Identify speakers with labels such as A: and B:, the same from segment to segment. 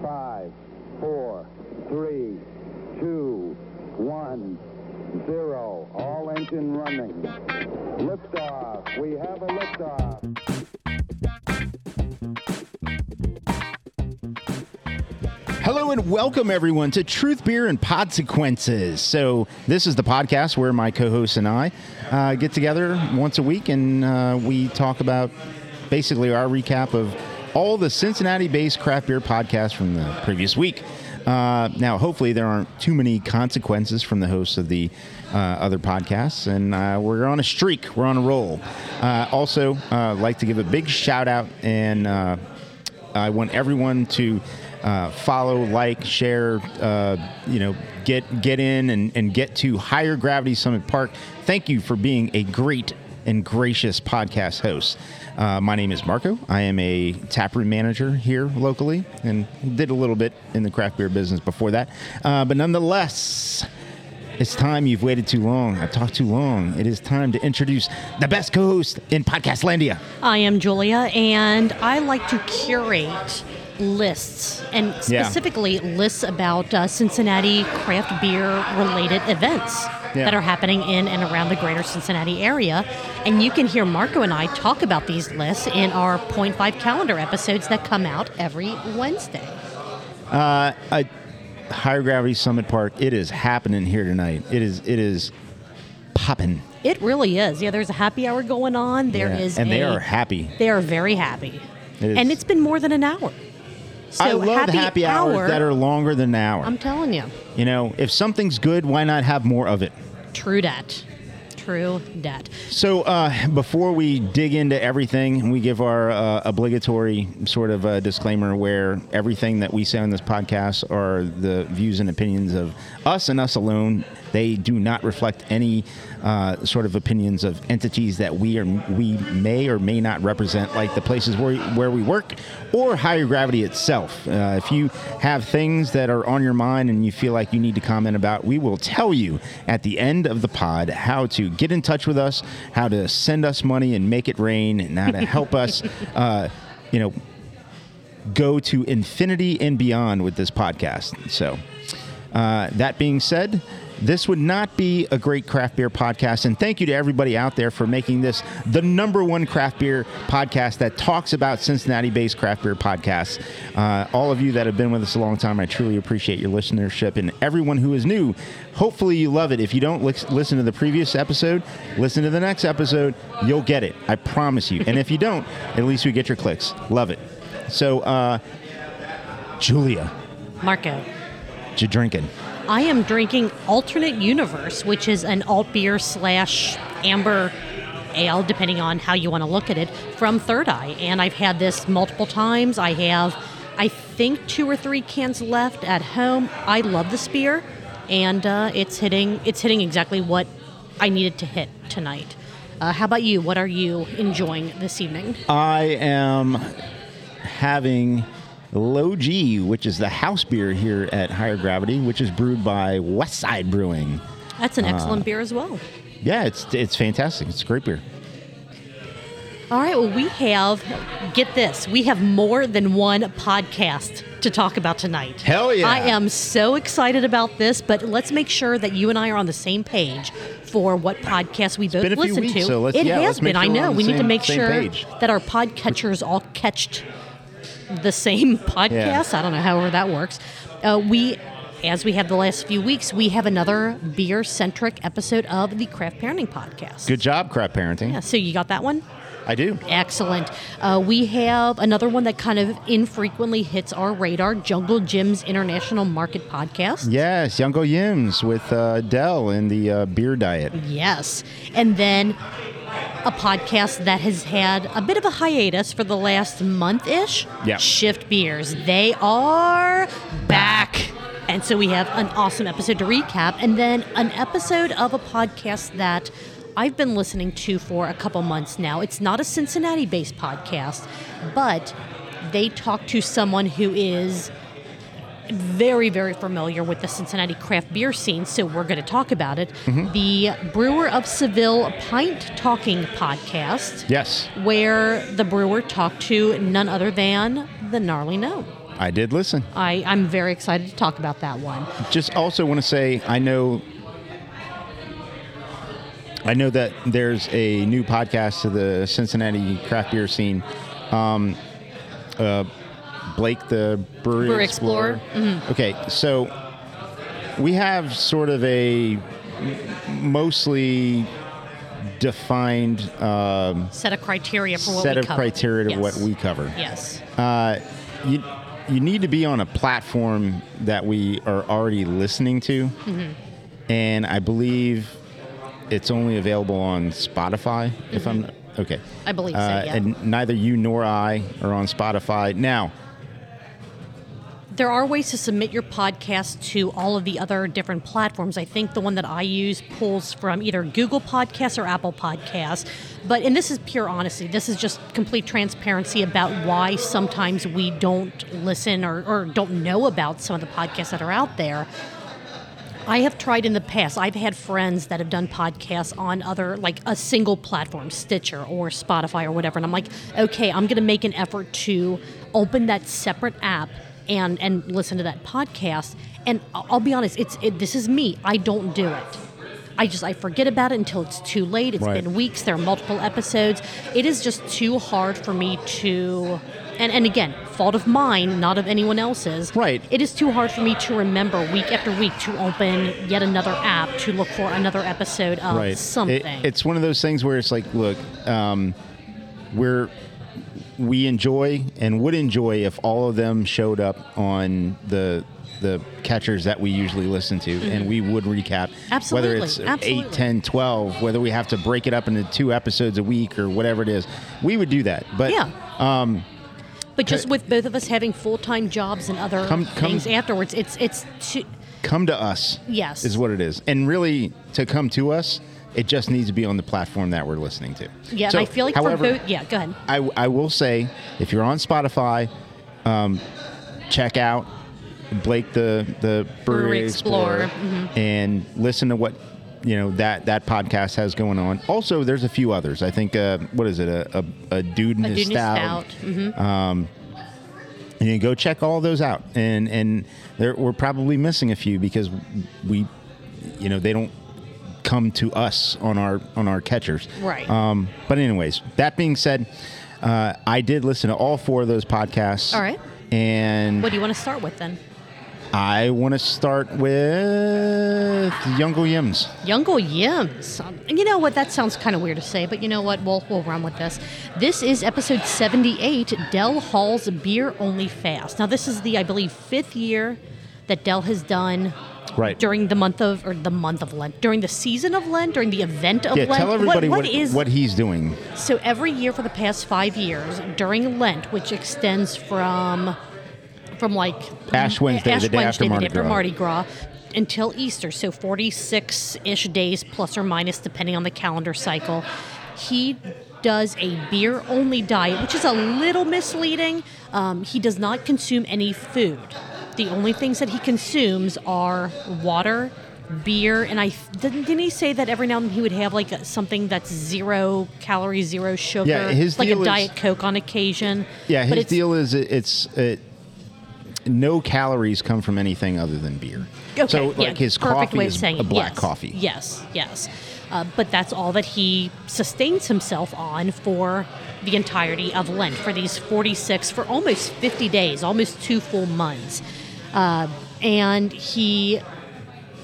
A: five, four, three, two, one, zero. All engine running. Liftoff. We have a liftoff.
B: Hello and welcome everyone to Truth Beer and Podsequences. So this is the podcast where my co-hosts and I uh, get together once a week and uh, we talk about basically our recap of all the Cincinnati-based craft beer podcasts from the previous week. Uh, now, hopefully, there aren't too many consequences from the hosts of the uh, other podcasts, and uh, we're on a streak. We're on a roll. Uh, also, uh, like to give a big shout out and. Uh, I want everyone to uh, follow, like, share, uh, you know, get get in and, and get to Higher Gravity Summit Park. Thank you for being a great and gracious podcast host. Uh, my name is Marco. I am a taproom manager here locally and did a little bit in the craft beer business before that. Uh, but nonetheless, it's time you've waited too long. I've talked too long. It is time to introduce the best co host in Podcastlandia.
C: I am Julia, and I like to curate lists and
B: Yeah.
C: specifically lists about uh, Cincinnati craft beer related events
B: Yeah.
C: that are happening in and around the greater Cincinnati area. And you can hear Marco and I talk about these lists in our Point Five calendar episodes that come out every Wednesday.
B: I, Higher Gravity Summit Park. It is happening here tonight. It is it is popping.
C: It really is. Yeah, there's a happy hour going on. There is,
B: Yeah. and they
C: a-
B: are happy.
C: They are very happy.
B: It is.
C: and it's been more than an hour. So
B: I love happy, hours
C: hour- Um,
B: that are longer than an hour.
C: I'm telling you.
B: you know, if something's good, why not have more of it?
C: True dat. True dat.
B: So uh, before we dig into everything, we give our uh, obligatory sort of uh, disclaimer where everything that we say on this podcast are the views and opinions of us and us alone. They do not reflect any uh, sort of opinions of entities that we are we may or may not represent, like the places where where we work or higher gravity itself. Uh, if you have things that are on your mind and you feel like you need to comment about, we will tell you at the end of the pod how to get in touch with us, how to send us money and make it rain, and how to help us, uh, you know, go to infinity and beyond with this podcast. So, uh, that being said, this would not be a great craft beer podcast. And thank you to everybody out there for making this the number one craft beer podcast that talks about Cincinnati based craft beer podcasts. Uh, all of you that have been with us a long time, I truly appreciate your listenership. And everyone who is new, hopefully you love it. If you don't lis- listen to the previous episode, listen to the next episode. You'll get it. I promise you. and if you don't, at least we get your clicks. Love it. So, uh, Julia,
C: Marco,
B: you drinking?
C: I am drinking Alternate Universe, which is an alt beer slash amber ale, depending on how you want to look at it, from Third Eye. And I've had this multiple times. I have, I think, two or three cans left at home. I love this beer, and uh, it's hitting it's hitting exactly what I needed to hit tonight. Uh, how about you? What are you enjoying this evening?
B: I am having Low G, which is the house beer here at Higher Gravity, which is brewed by Westside Brewing.
C: That's an excellent beer as well.
B: Yeah, it's it's fantastic. It's a great beer.
C: All right, well, we have, get this, we have more than one podcast to talk about tonight.
B: Hell yeah.
C: I am so excited about this, but let's make sure that you and I are on the same page for what podcast we both
B: been a few
C: listen
B: weeks,
C: to.
B: so let's-
C: it
B: yeah,
C: has
B: let's make
C: been, I
B: sure we're
C: know.
B: on the
C: We need to
B: same-
C: make
B: same
C: sure
B: page.
C: that our podcatchers all catched the same podcast. I don't know however that works. Uh, we, as we have the last few weeks, we have another beer centric episode of the Craft Parenting Podcast.
B: Good job, crap parenting.
C: Yeah, so you got that one?
B: I do.
C: Excellent. Uh, we have another one that kind of infrequently hits our radar Jungle Jim's International Market Podcast.
B: Yes, Youngo Yims with uh, Dell and the uh, beer diet.
C: Yes. And then a podcast that has had a bit of a hiatus for the last month ish
B: Yeah.
C: Shift Beers. They are back. And so we have an awesome episode to recap, and then an episode of a podcast that I've been listening to for a couple months now. It's not a Cincinnati based podcast, but they talk to someone who is very, very familiar with the Cincinnati craft beer scene, so we're going to talk about it.
B: Mm-hmm.
C: The Brewer of Seville Pint Talking podcast,
B: Yes,
C: where the brewer talked to none other than the Gnarly Gnome.
B: I did listen.
C: I, I'm very excited to talk about that one.
B: Just also want to say I know I know that there's a new podcast to the Cincinnati craft beer scene. Um, uh, Blake the Brewery
C: Brewer
B: Explorer.
C: Explorer. Mm-hmm.
B: Okay, so we have sort of a mostly defined um,
C: Set of criteria for what
B: set
C: we
B: of
C: cover.
B: criteria to
C: Yes.
B: what we cover.
C: Yes.
B: Uh, you you need to be on a platform that we are already listening to,
C: Mm-hmm.
B: and I believe it's only available on Spotify. If I'm okay,
C: Mm-hmm. I believe so,
B: Uh,
C: yeah.
B: And neither you nor I are on Spotify now.
C: There are ways to submit your podcast to all of the other different platforms. I think the one that I use pulls from either Google Podcasts or Apple Podcasts. But, and this is pure honesty, this is just complete transparency about why sometimes we don't listen or, or don't know about some of the podcasts that are out there. I have tried in the past. I've had friends that have done podcasts on other, like a single platform, Stitcher or Spotify or whatever. And I'm like, okay, I'm going to make an effort to open that separate app and and listen to that podcast. And I'll I'll be honest, it's it, this is me. I don't do it. I just I forget about it until it's too late. It's
B: Right.
C: been weeks. There are multiple episodes. It is just too hard for me to. And, and again, fault of mine, not of anyone else's.
B: Right.
C: It is too hard for me to remember week after week to open yet another app to look for another episode of
B: right. It-
C: something.
B: it's one of those things where it's like, look, um, we're we enjoy and would enjoy if all of them showed up on the the catchers that we usually listen to and we would recap
C: Mm-hmm. Absolutely,
B: whether it's
C: absolutely.
B: 8 10 12 whether we have to break it up into two episodes a week or whatever it is we would do that but
C: yeah. Um, but just with both of us having full time jobs and other
B: Come- come-
C: things afterwards, it's it's too.
B: come to us
C: Yes.
B: is what it is and really to come to us it just needs to be on the platform that we're listening to
C: Yeah,
B: So,
C: and I feel like
B: however,
C: for both. Yeah, go ahead.
B: I, I will say, if you're on Spotify, um, check out Blake the the Brewery,
C: Brewery
B: Explorer,
C: Explorer,
B: and listen to what you know that that podcast has going on. Also, there's a few others. I think uh, what is it a a, a dude and
C: A
B: a
C: Dudeness
B: stout.
C: Stout. hmm
B: And you go check all those out, and and there, we're probably missing a few because we, you know, they don't come to us on our on our catchers.
C: Right.
B: Um, but anyways, that being said, uh, I did listen to all four of those podcasts.
C: All right.
B: And
C: What do you want to start with then?
B: I want to start with Youngle Yims.
C: Youngle Yims. Um, and you know what? That sounds kind of weird to say, but you know what? We'll, we'll run with this. This is episode 78 Dell Hall's Beer Only Fast. Now, this is the, I believe, fifth year that Dell has done.
B: Right.
C: During the month of, or the month of Lent, during the season of Lent, during the event of
B: yeah,
C: Lent.
B: tell everybody
C: what,
B: what,
C: what is
B: what he's doing.
C: so every year for the past five years, during Lent, which extends from from like
B: Ash Wednesday,
C: Ash
B: the day after
C: Wednesday,
B: Mardi
C: the day after
B: Gras.
C: Mardi Gras, until Easter, so forty six ish days plus or minus, depending on the calendar cycle, he does a beer only diet, which is a little misleading. Um, he does not consume any food. The only things that he consumes are water. Beer and I didn't, didn't he say that every now and then he would have like something that's zero calories, zero sugar,
B: Yeah, his
C: like a
B: deal is-
C: diet coke on occasion.
B: Yeah,
C: but
B: his
C: it's,
B: deal is it, it's it, no calories come from anything other than beer.
C: Okay,
B: so
C: yeah,
B: like his
C: perfect
B: coffee
C: way of
B: is
C: saying
B: a
C: it.
B: black
C: Yes,
B: coffee.
C: Yes, yes. Uh, but that's all that he sustains himself on for the entirety of Lent, for these 46, for almost 50 days, almost two full months. Uh, and he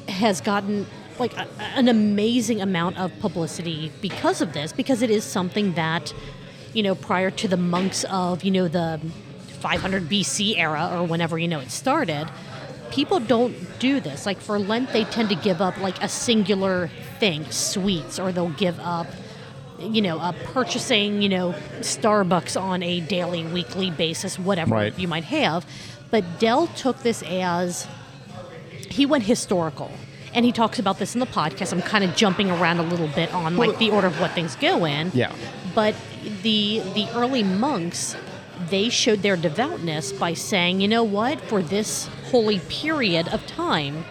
C: has gotten like a, an amazing amount of publicity because of this because it is something that you know prior to the monks of you know the 500 BC era or whenever you know it started people don't do this like for lent they tend to give up like a singular thing sweets or they'll give up you know uh, purchasing you know Starbucks on a daily weekly basis whatever
B: Right.
C: you might have but Dell took this as he went historical and he talks about this in the podcast i'm kind of jumping around a little bit on like the order of what things go in
B: Yeah.
C: but the the early monks they showed their devoutness by saying you know what for this holy period of time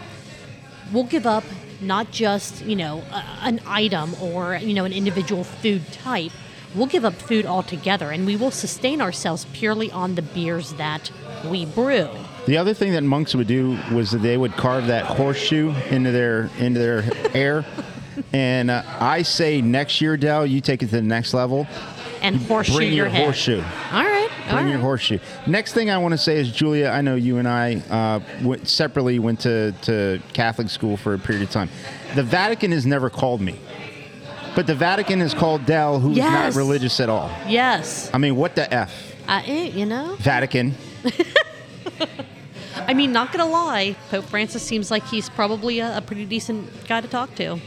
C: we'll give up not just you know a, an item or you know an individual food type we'll give up food altogether and we will sustain ourselves purely on the beers that we brew.
B: The other thing that monks would do was that they would carve that horseshoe into their into their hair. And uh, I say next year, Dell, you take it to the next level.
C: And horseshoe
B: Bring your,
C: head.
B: horseshoe.
C: All right. all
B: Bring your
C: right.
B: horseshoe. Next thing I want to say is, Julia, I know you and I uh, went, separately went to, to Catholic school for a period of time. The Vatican has never called me, but the Vatican has called Dell, who is
C: Yes.
B: not religious at all.
C: Yes.
B: I mean, what the F?
C: I, eh, you know,
B: Vatican.
C: I mean, not going to lie, Pope Francis seems like he's probably a, a pretty decent guy to talk to.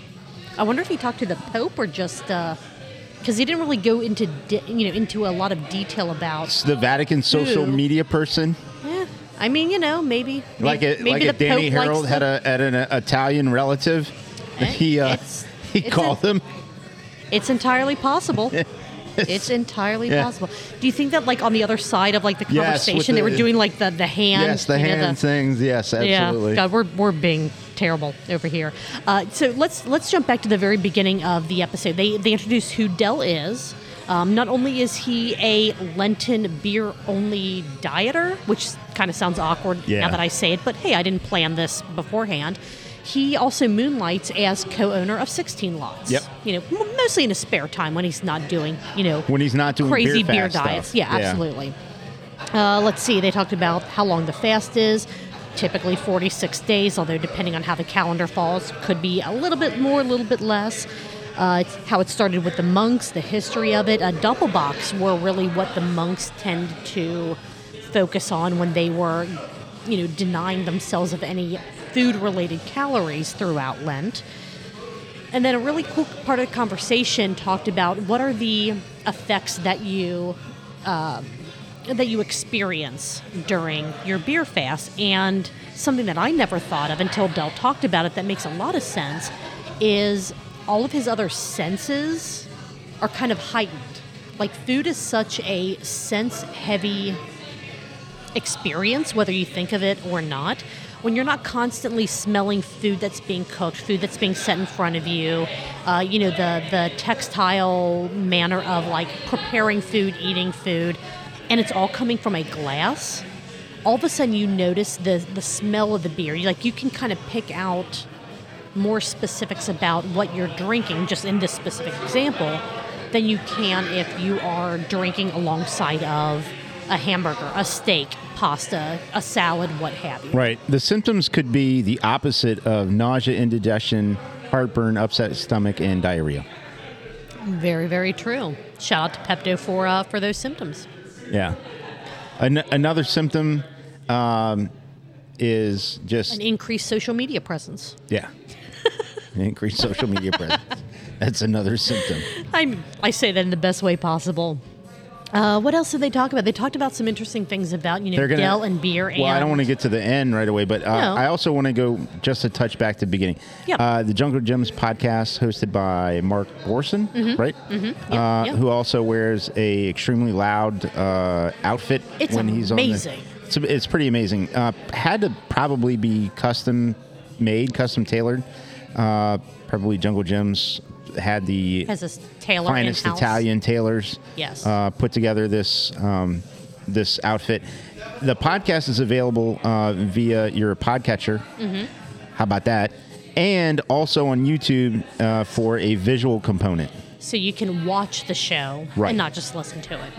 C: I wonder if he talked to the Pope or just because he didn't really go into de- you know into a lot of detail about.
B: It's the Vatican social
C: Who?
B: media person.
C: Eh, I mean, you know, maybe
B: Like a,
C: maybe
B: like
C: the
B: a Danny
C: Pope likes
B: Harold had
C: the-
B: a had an uh, Italian relative.
C: Eh,
B: He uh,
C: it's-
B: he
C: it's
B: called
C: a-
B: them.
C: It's entirely possible. It's entirely
B: Yeah.
C: possible. Do you think that, like, on the other side of like the
B: with
C: conversation, they
B: the-
C: were doing like the the hand?
B: Yes, the
C: you know,
B: hand things. Yes, absolutely.
C: Yeah, God, we're, we're being terrible over here. Uh, so let's let's jump back to the very beginning of the episode. They they introduce who Dell is. Um, not only is he a Lenten beer only dieter, which kind of sounds awkward
B: Yeah.
C: now that I say it, but hey, I didn't plan this beforehand. He also moonlights as co-owner of 16 Lots.
B: Yep.
C: You know, m- mostly in his spare time when he's not doing, you know,
B: When he's not doing
C: crazy
B: beer
C: beer,
B: fast
C: diets.
B: stuff.
C: Yeah,
B: Yeah.
C: absolutely. Uh, let's see. They talked about how long the fast is. Typically 46 days, although depending on how the calendar falls, could be a little bit more, a little bit less. Uh, it's how it started with the monks, the history of it. Uh, Doppelbox were really what the monks tend to focus on when they were, you know, denying themselves of any food-related calories throughout Lent. And then a really cool part of the conversation talked about what are the effects that you uh, that you experience during your beer fast, and something that I never thought of until Dell talked about it that makes a lot of sense is all of his other senses are kind of heightened. Like food is such a sense heavy experience, whether you think of it or not. When you're not constantly smelling food that's being cooked, food that's being set in front of you, uh, you know the the textile manner of like preparing food, eating food, and it's all coming from a glass. All of a sudden, you notice the the smell of the beer. You like you can kind of pick out more specifics about what you're drinking, just in this specific example, than you can if you are drinking alongside of a hamburger, a steak, pasta, a salad, what have you.
B: Right. The symptoms could be the opposite of nausea, indigestion, heartburn, upset stomach, and diarrhea.
C: Very, very true. Shout out to Pepto for uh, for those symptoms.
B: Yeah. An- another symptom um, is just
C: An increased social media presence.
B: yeah, increased social media presence. That's another symptom.
C: I'm, I say that in the best way possible. Uh, what else did they talk about? They talked about some interesting things about you know
B: They're gonna
C: Dell and beer.
B: Well,
C: and
B: I don't want to get to the end right away, but uh,
C: No.
B: I also want to go just a touch back to the beginning.
C: Yeah.
B: Uh, the Jungle Gems podcast, hosted by Mark Borson, right? Mm-hmm. Uh,
C: yeah.
B: Who also wears a extremely loud uh, outfit
C: It's
B: when he's on. the-
C: amazing.
B: it's, it's pretty amazing. Uh, had to probably be custom made, custom tailored. Uh, probably Jungle Gems had the
C: has this tailor
B: finest
C: in-house.
B: Italian tailors.
C: Yes.
B: Uh, put together this um, this outfit. The podcast is available uh, via your podcatcher.
C: Mm-hmm.
B: How about that? And also on YouTube uh, for a visual component.
C: so you can watch the show
B: Right.
C: and not just listen to it.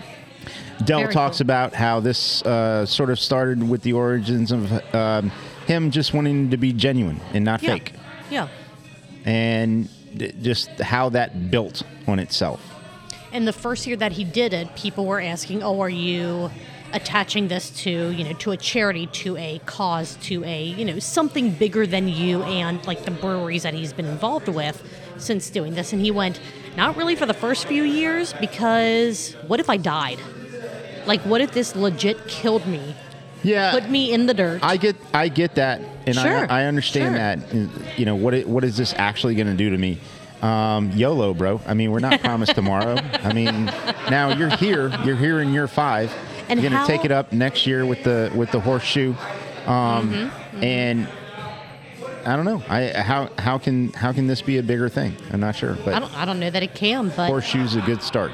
B: Dell
C: Very
B: talks
C: cool.
B: about how this uh, sort of started with the origins of um, him just wanting to be genuine and not
C: Yeah.
B: fake,
C: Yeah.
B: and d- just how that built on itself.
C: And the first year that he did it, people were asking, "Oh, are you attaching this to you know to a charity, to a cause, to a you know something bigger than you and like the breweries that he's been involved with since doing this?" And he went, "Not really for the first few years because what if I died? Like, what if this legit killed me,
B: Yeah.
C: put me in the dirt?"
B: I get I get that, and
C: Sure,
B: I, I understand
C: sure.
B: that. You know what? It, what is this actually going to do to me? Um, YOLO, bro. I mean, we're not promised tomorrow. I mean, now you're here. You're here in year five.
C: And
B: you're gonna
C: how-
B: take it up next year with the with the horseshoe. Um,
C: Mm-hmm,
B: And I don't know. I how how can how can this be a bigger thing? I'm not sure,
C: I
B: but
C: don't, I don't know that it can, but
B: horseshoe's a good start.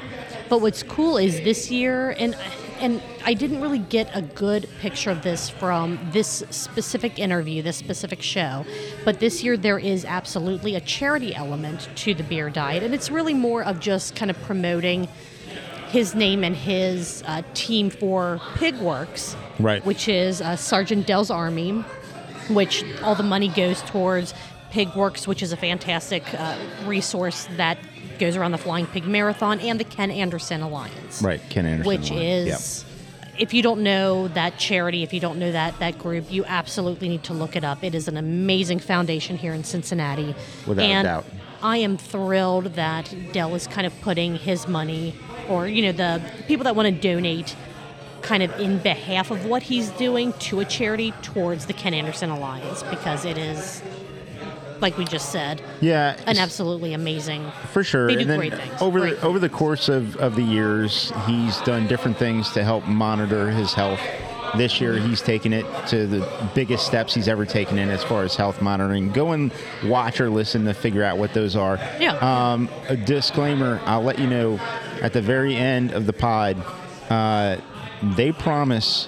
C: But what's cool is this year, and and I didn't really get a good picture of this from this specific interview, this specific show. But this year, there is absolutely a charity element to the beer diet, and it's really more of just kind of promoting his name and his uh, team for Pigworks,
B: Right.
C: Which is uh, Sergeant Dell's Army, which all the money goes towards Pigworks, which is a fantastic uh, resource that goes around the Flying Pig Marathon and the Ken Anderson Alliance,
B: Right, Ken Anderson
C: which
B: Alliance,
C: is. If you don't know that charity, if you don't know that that group, you absolutely need to look it up. It is an amazing foundation here in Cincinnati.
B: Without a
C: and
B: doubt.
C: I am thrilled that Dell is kind of putting his money, or you know, the people that want to donate, kind of in behalf of what he's doing to a charity towards the Ken Anderson Alliance because it is, like we just said,
B: yeah,
C: an
B: it's-
C: absolutely amazing.
B: for sure.
C: They do
B: and then
C: great things.
B: over
C: Great
B: the, over the course of, of the years, he's done different things to help monitor his health. This year, he's taken it to the biggest steps he's ever taken in as far as health monitoring. Go and watch or listen to figure out what those are.
C: Yeah.
B: Um, a disclaimer: I'll let you know at the very end of the pod. Uh, they promise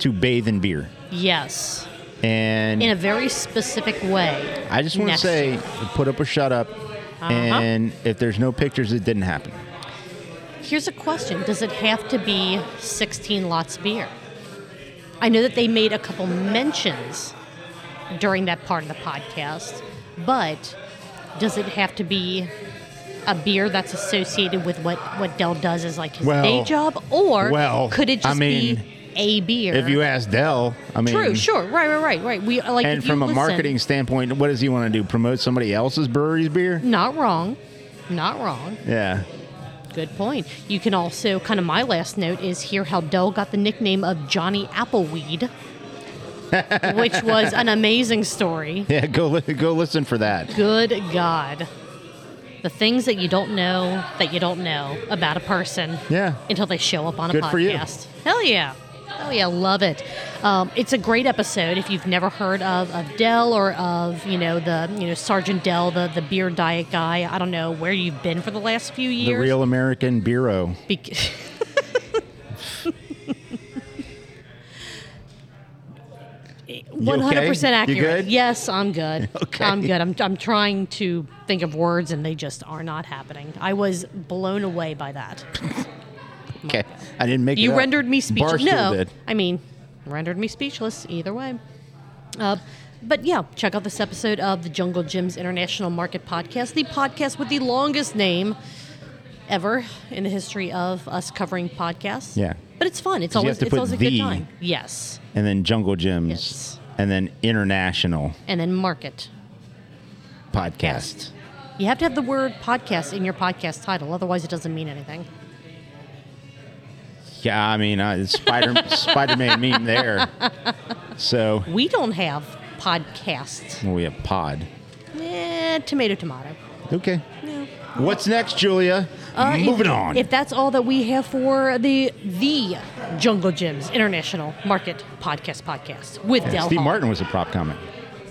B: to bathe in beer,
C: Yes,
B: and
C: in a very specific way.
B: I just want to
C: Next
B: say,
C: year.
B: put up or shut up.
C: Uh-huh.
B: And if there's no pictures, it didn't happen.
C: Here's a question: Does it have to be 16 lots of beer? I know that they made a couple mentions during that part of the podcast, but does it have to be a beer that's associated with what what Dell does as like his
B: Well-
C: day job, or
B: well,
C: could it
B: I
C: just
B: mean,
C: be a beer?
B: If you ask Dell, I mean,
C: True, sure, right, right, right, right. We like
B: And
C: if you
B: from a
C: listen-
B: marketing standpoint, what does he want to do? Promote somebody else's brewery's beer?
C: not wrong, not wrong.
B: Yeah.
C: Good point. You can also kind of my last note is here how Dell got the nickname of Johnny Appleweed, which was an amazing story.
B: Yeah, go li- go listen for that.
C: Good God. The things that you don't know that you don't know about a person
B: Yeah.
C: until they show up on a
B: Good
C: podcast.
B: for you.
C: Hell yeah. Hell yeah, love it. Um, it's a great episode. If you've never heard of, of Dell or of, you know, the you know, Sergeant Dell, the, the beer diet guy, I don't know where you've been for the last few
B: The
C: years.
B: Real American Bureau.
C: Bec- Eh, One hundred percent
B: You
C: accurate.
B: good?
C: Yes, I'm good.
B: Okay.
C: I'm good. I'm, I'm trying to think of words, and they just are not happening. I was blown away by that.
B: Okay. I didn't make it
C: You
B: up.
C: rendered me speechless.
B: Barstool
C: No,
B: did.
C: I mean, rendered me speechless either way. Uh, but yeah, check out this episode of the Jungle Gyms International Market Podcast, the podcast with the longest name ever in the history of us covering podcasts.
B: Yeah.
C: but it's fun. It's
B: you
C: always
B: have to
C: it's
B: put
C: always a
B: the-
C: good time. Yes,
B: And then Jungle Gyms.
C: Yes.
B: And then International
C: and then market.
B: Podcast.
C: You have to have the word podcast in your podcast title, otherwise it doesn't mean anything.
B: Yeah, I mean, uh, Spider Spider Man meme there. So
C: We don't have podcasts.
B: well, we have Pod.
C: Eh, tomato, tomato.
B: Okay. What's next, Julia?
C: Uh,
B: Moving
C: if,
B: on.
C: If that's all that we have for the the Jungle Gyms International Market Podcast podcast with Del
B: Steve
C: Hall.
B: Martin was a prop comment.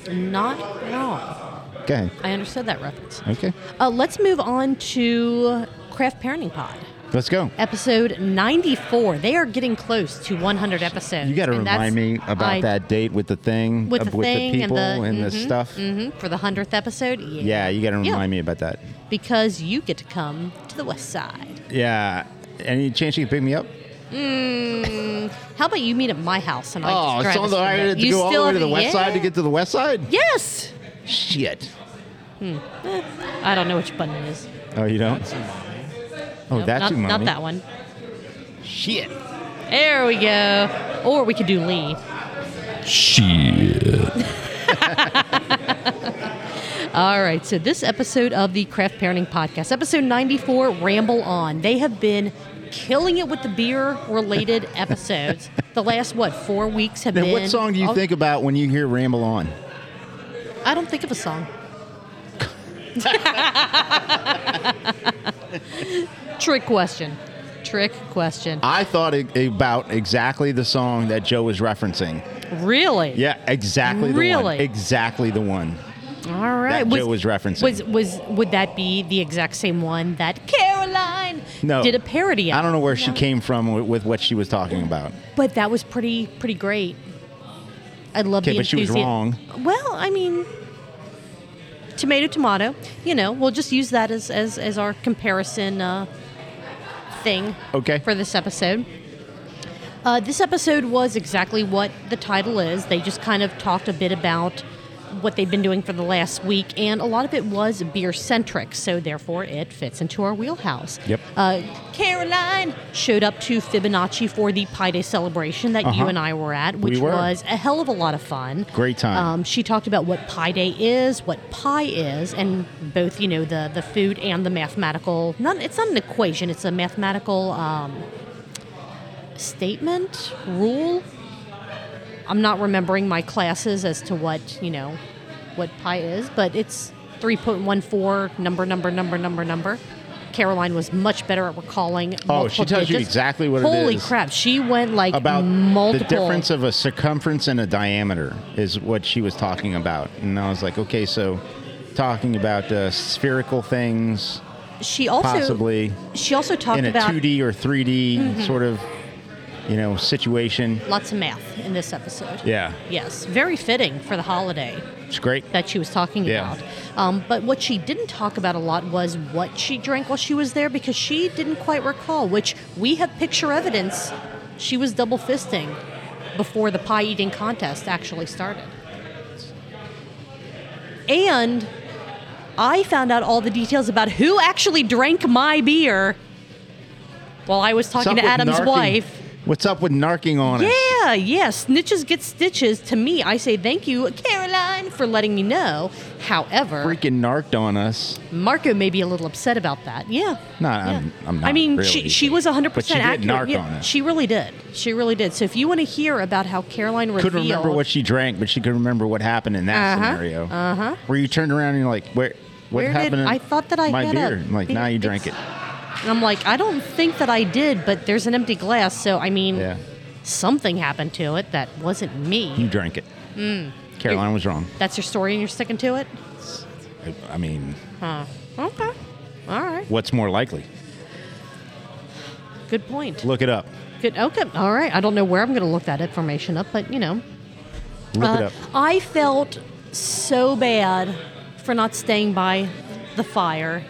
C: Not wrong.
B: Okay.
C: I understood that reference.
B: Okay.
C: Uh, let's move on to Craft Parenting Pod.
B: Let's go.
C: Episode 94. They are getting close to 100 episodes.
B: You got to
C: and that's-
B: remind me about
C: I-
B: that date with the thing,
C: With
B: uh,
C: the
B: with
C: thing
B: the
C: and
B: people
C: the- mhm,
B: stuff.
C: mhm, for the 100th episode? Yeah.
B: Yeah, you got to
C: Yeah.
B: remind me about that.
C: Because you get to come to the West Side.
B: Yeah. Any chance you can pick me up?
C: How about you meet at my house and I
B: oh,
C: just drive
B: it's on
C: us
B: the.
C: from
B: I
C: there?
B: had to
C: You
B: go all the
C: still
B: way to the
C: have-
B: west
C: yeah.
B: side to get to the west side.
C: Yes.
B: Shit.
C: I don't know which button it is.
B: Oh, you don't. Oh,
C: Nope,
B: that's
C: not,
B: umami.
C: not that one.
B: Shit.
C: There we go. Or we could do Lee.
D: Shit.
C: All right. So this episode of the Craft Parenting Podcast, episode 94, Ramble On. They have been killing it with the beer related episodes. The last what four weeks have
B: Now,
C: been.
B: what song do you
C: Oh,
B: think about when you hear "Ramble On"?
C: I don't think of a song. Trick question. Trick question.
B: I thought it, about exactly the song that Joe was referencing.
C: Really?
B: Yeah, exactly. The one.
C: Really?
B: Exactly the one.
C: All right.
B: Joe was referencing.
C: Was was would that be the exact same one that Caroline
B: No.
C: did a parody of
B: I don't know
C: it.
B: where she came from with, with what she was talking about.
C: But that was pretty pretty great. I love
B: Okay,
C: the
B: but she was
C: enthusia-
B: wrong.
C: Well, I mean, tomato tomato. You know, we'll just use that as as, as our comparison uh, thing
B: Okay.
C: for this episode. Uh, this episode was exactly what the title is. They just kind of talked a bit about what they've been doing for the last week, and a lot of it was beer centric, so therefore it fits into our wheelhouse.
B: Yep.
C: Uh, Caroline showed up to Fibonacci for the Pi Day celebration that
B: Uh-huh.
C: you and I were at, which
B: were.
C: was a hell of a lot of fun.
B: Great time.
C: Um, she talked about what Pi Day is, what pi is, and both you know the the food and the mathematical. Not it's not an equation; it's a mathematical um, statement rule. I'm not remembering my classes as to what you know what pi is, but it's 3.14 number number number number number. Caroline was much better at recalling.
B: Oh,
C: multiple
B: she tells you
C: digits.
B: exactly what it
C: Holy
B: is.
C: crap! She went like
B: About
C: multiple.
B: the difference of a circumference and a diameter is what she was talking about. And I was like, okay, so talking about uh, spherical things,
C: she also
B: possibly
C: She also talked
B: in a
C: about Mm-hmm.
B: 2D or 3D sort of, you know, situation.
C: lots of math in this episode.
B: Yeah,
C: Yes, very fitting for the holiday
B: it's great.
C: that she was talking
B: Yeah.
C: about. Um, but what she didn't talk about a lot was what she drank while she was there because she didn't quite recall, which we have picture evidence she was double fisting before the pie eating contest actually started. And I found out all the details about who actually drank my beer while I was
B: What's
C: talking to
B: up with
C: Adam's
B: narking-
C: wife.
B: What's up with narking on us?
C: Yeah, yeah. Snitches get stitches. To me, I say thank you, Caroline, for letting me know. However,
B: Freaking narked on us.
C: Marco may be a little upset about that. Yeah.
B: No,
C: Yeah.
B: I'm, I'm not.
C: I mean,
B: really.
C: she, she was 100%
B: But she did
C: accurate.
B: narc
C: Yeah,
B: on us.
C: She really did. She really did. So if you want to hear about how Caroline revealed,
B: couldn't remember what she drank, but she could remember what happened in that
C: Uh-huh,
B: scenario.
C: uh-huh.
B: Where you turned around and you're like, where? What
C: Where did-
B: happened? in
C: I thought that I
B: my
C: had a
B: beer. I'm like,
C: beer.
B: now you drank it.
C: It's- and I'm like, I don't think that I did, but there's an empty glass. So, I mean,
B: Yeah. Hmm.
C: something happened to it that wasn't me.
B: You drank it.
C: Mm.
B: Caroline was wrong.
C: That's your story and you're sticking to it?
B: I, I mean,
C: Huh. Okay. All right.
B: what's more likely?
C: Good point.
B: Look it up.
C: Good. Okay. All right. I don't know where I'm going to look that information up, but you know,
B: Look it
C: Uh,
B: up.
C: I felt so bad for not staying by the fire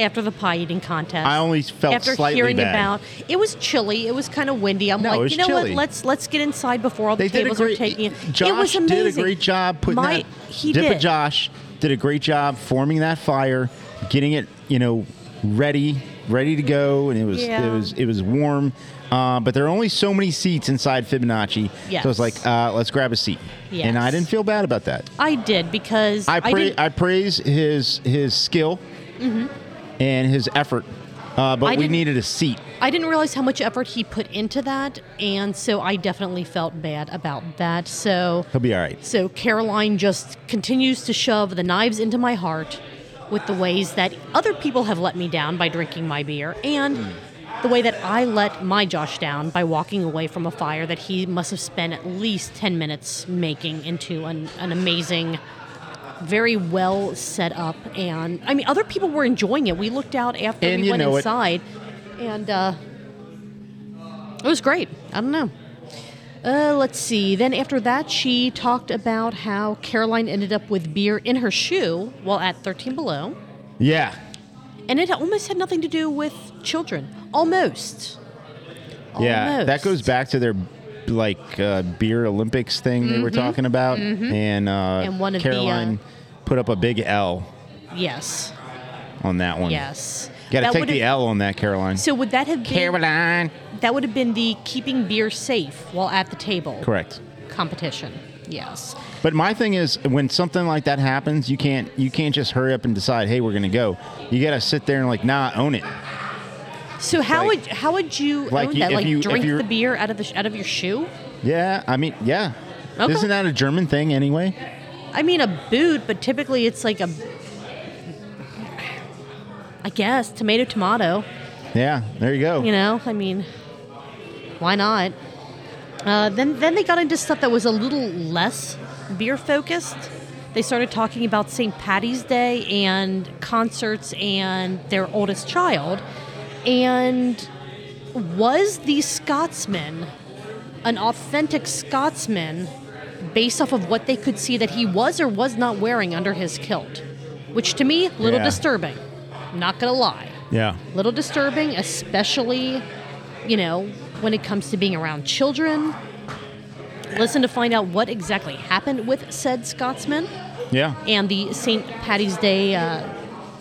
C: after the pie eating contest.
B: I only felt
C: after
B: slightly
C: hearing
B: bad.
C: about it was chilly. It was kind of windy. I'm
B: No, it
C: like,
B: was
C: you know
B: chilly.
C: what? Let's let's get inside before all
B: They
C: the
B: did a
C: tables
B: great.
C: are taking. It.
B: Josh
C: it was amazing.
B: did a great job putting
C: My,
B: that.
C: He
B: Dippa
C: did.
B: Josh did a great job forming that fire, getting it you know ready, ready to go, and it was it
C: Yeah.
B: was it was warm. Uh, but there are only so many seats inside Fibonacci, so it's
C: Yes.
B: like uh, let's grab a seat. And I
C: Yes.
B: didn't feel bad about that.
C: I did because
B: I pra-
C: didn't- Mm-hmm.
B: I, praise his his skill and his effort, uh, but
C: I
B: we
C: didn't-
B: needed a seat.
C: I didn't realize how much effort he put into that, and so I definitely felt bad about that. So,
B: He'll be all right.
C: so Caroline just continues to shove the knives into my heart with the ways that other people have let me down by drinking my beer, and the way that I let my Josh down by walking away from a fire that he must have spent at least ten minutes making into an, an amazing. Very well set up, and I mean, other people were enjoying it. We looked out after
B: And
C: we
B: you
C: went
B: know what-
C: inside, and uh, it was great. I don't know. Uh, let's see. Then after that, she talked about how Caroline ended up with beer in her shoe while at 13 Below.
B: Yeah,
C: And it almost had nothing to do with children. Almost.
B: Yeah, that
C: Almost.
B: goes back to their like uh, beer Olympics thing they were talking about, and uh,
C: Mm-hmm. And one of the, uh,
B: Caroline put up a big L
C: Yes.
B: on that one.
C: Yes.
B: got to
C: That
B: take
C: would've-
B: the L on that, Caroline.
C: So would that have been
B: Caroline,
C: that would have been the keeping beer safe while at the table
B: correct.
C: competition? Yes.
B: But my thing is, when something like that happens, you can't you can't just hurry up and decide, hey, we're gonna go. You gotta sit there and like, nah, own it.
C: So how
B: Like-
C: would how would you
B: Like
C: own
B: you-
C: that?
B: if
C: Like
B: you- if
C: drink
B: you're-
C: the beer out of the sh- out of your shoe?
B: Yeah, I mean, yeah.
C: Okay.
B: Isn't that a German thing anyway?
C: I mean, a boot, but typically it's like a. I guess tomato, tomato.
B: Yeah, there you go.
C: You know, I mean, why not? Uh, then, then they got into stuff that was a little less beer focused. They started talking about St. Patty's Day and concerts and their oldest child. And was the Scotsman an authentic Scotsman based off of what they could see that he was or was not wearing under his kilt? Which to me, a little
B: Yeah.
C: disturbing. Not gonna lie.
B: Yeah.
C: Little disturbing, especially, you know, when it comes to being around children. Listen to find out what exactly happened with said Scotsman
B: Yeah.
C: and the St. Patty's Day uh,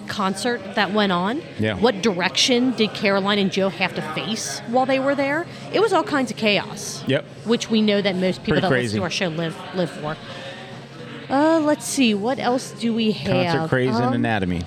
C: concert that went on.
B: Yeah.
C: What direction did Caroline and Joe have to face while they were there? It was all kinds of chaos.
B: Yep.
C: Which we know that most people
B: Pretty
C: that
B: crazy.
C: listen to our show live live for. Uh, let's see. What else do we have?
B: Concert craze
C: Um,
B: and anatomy.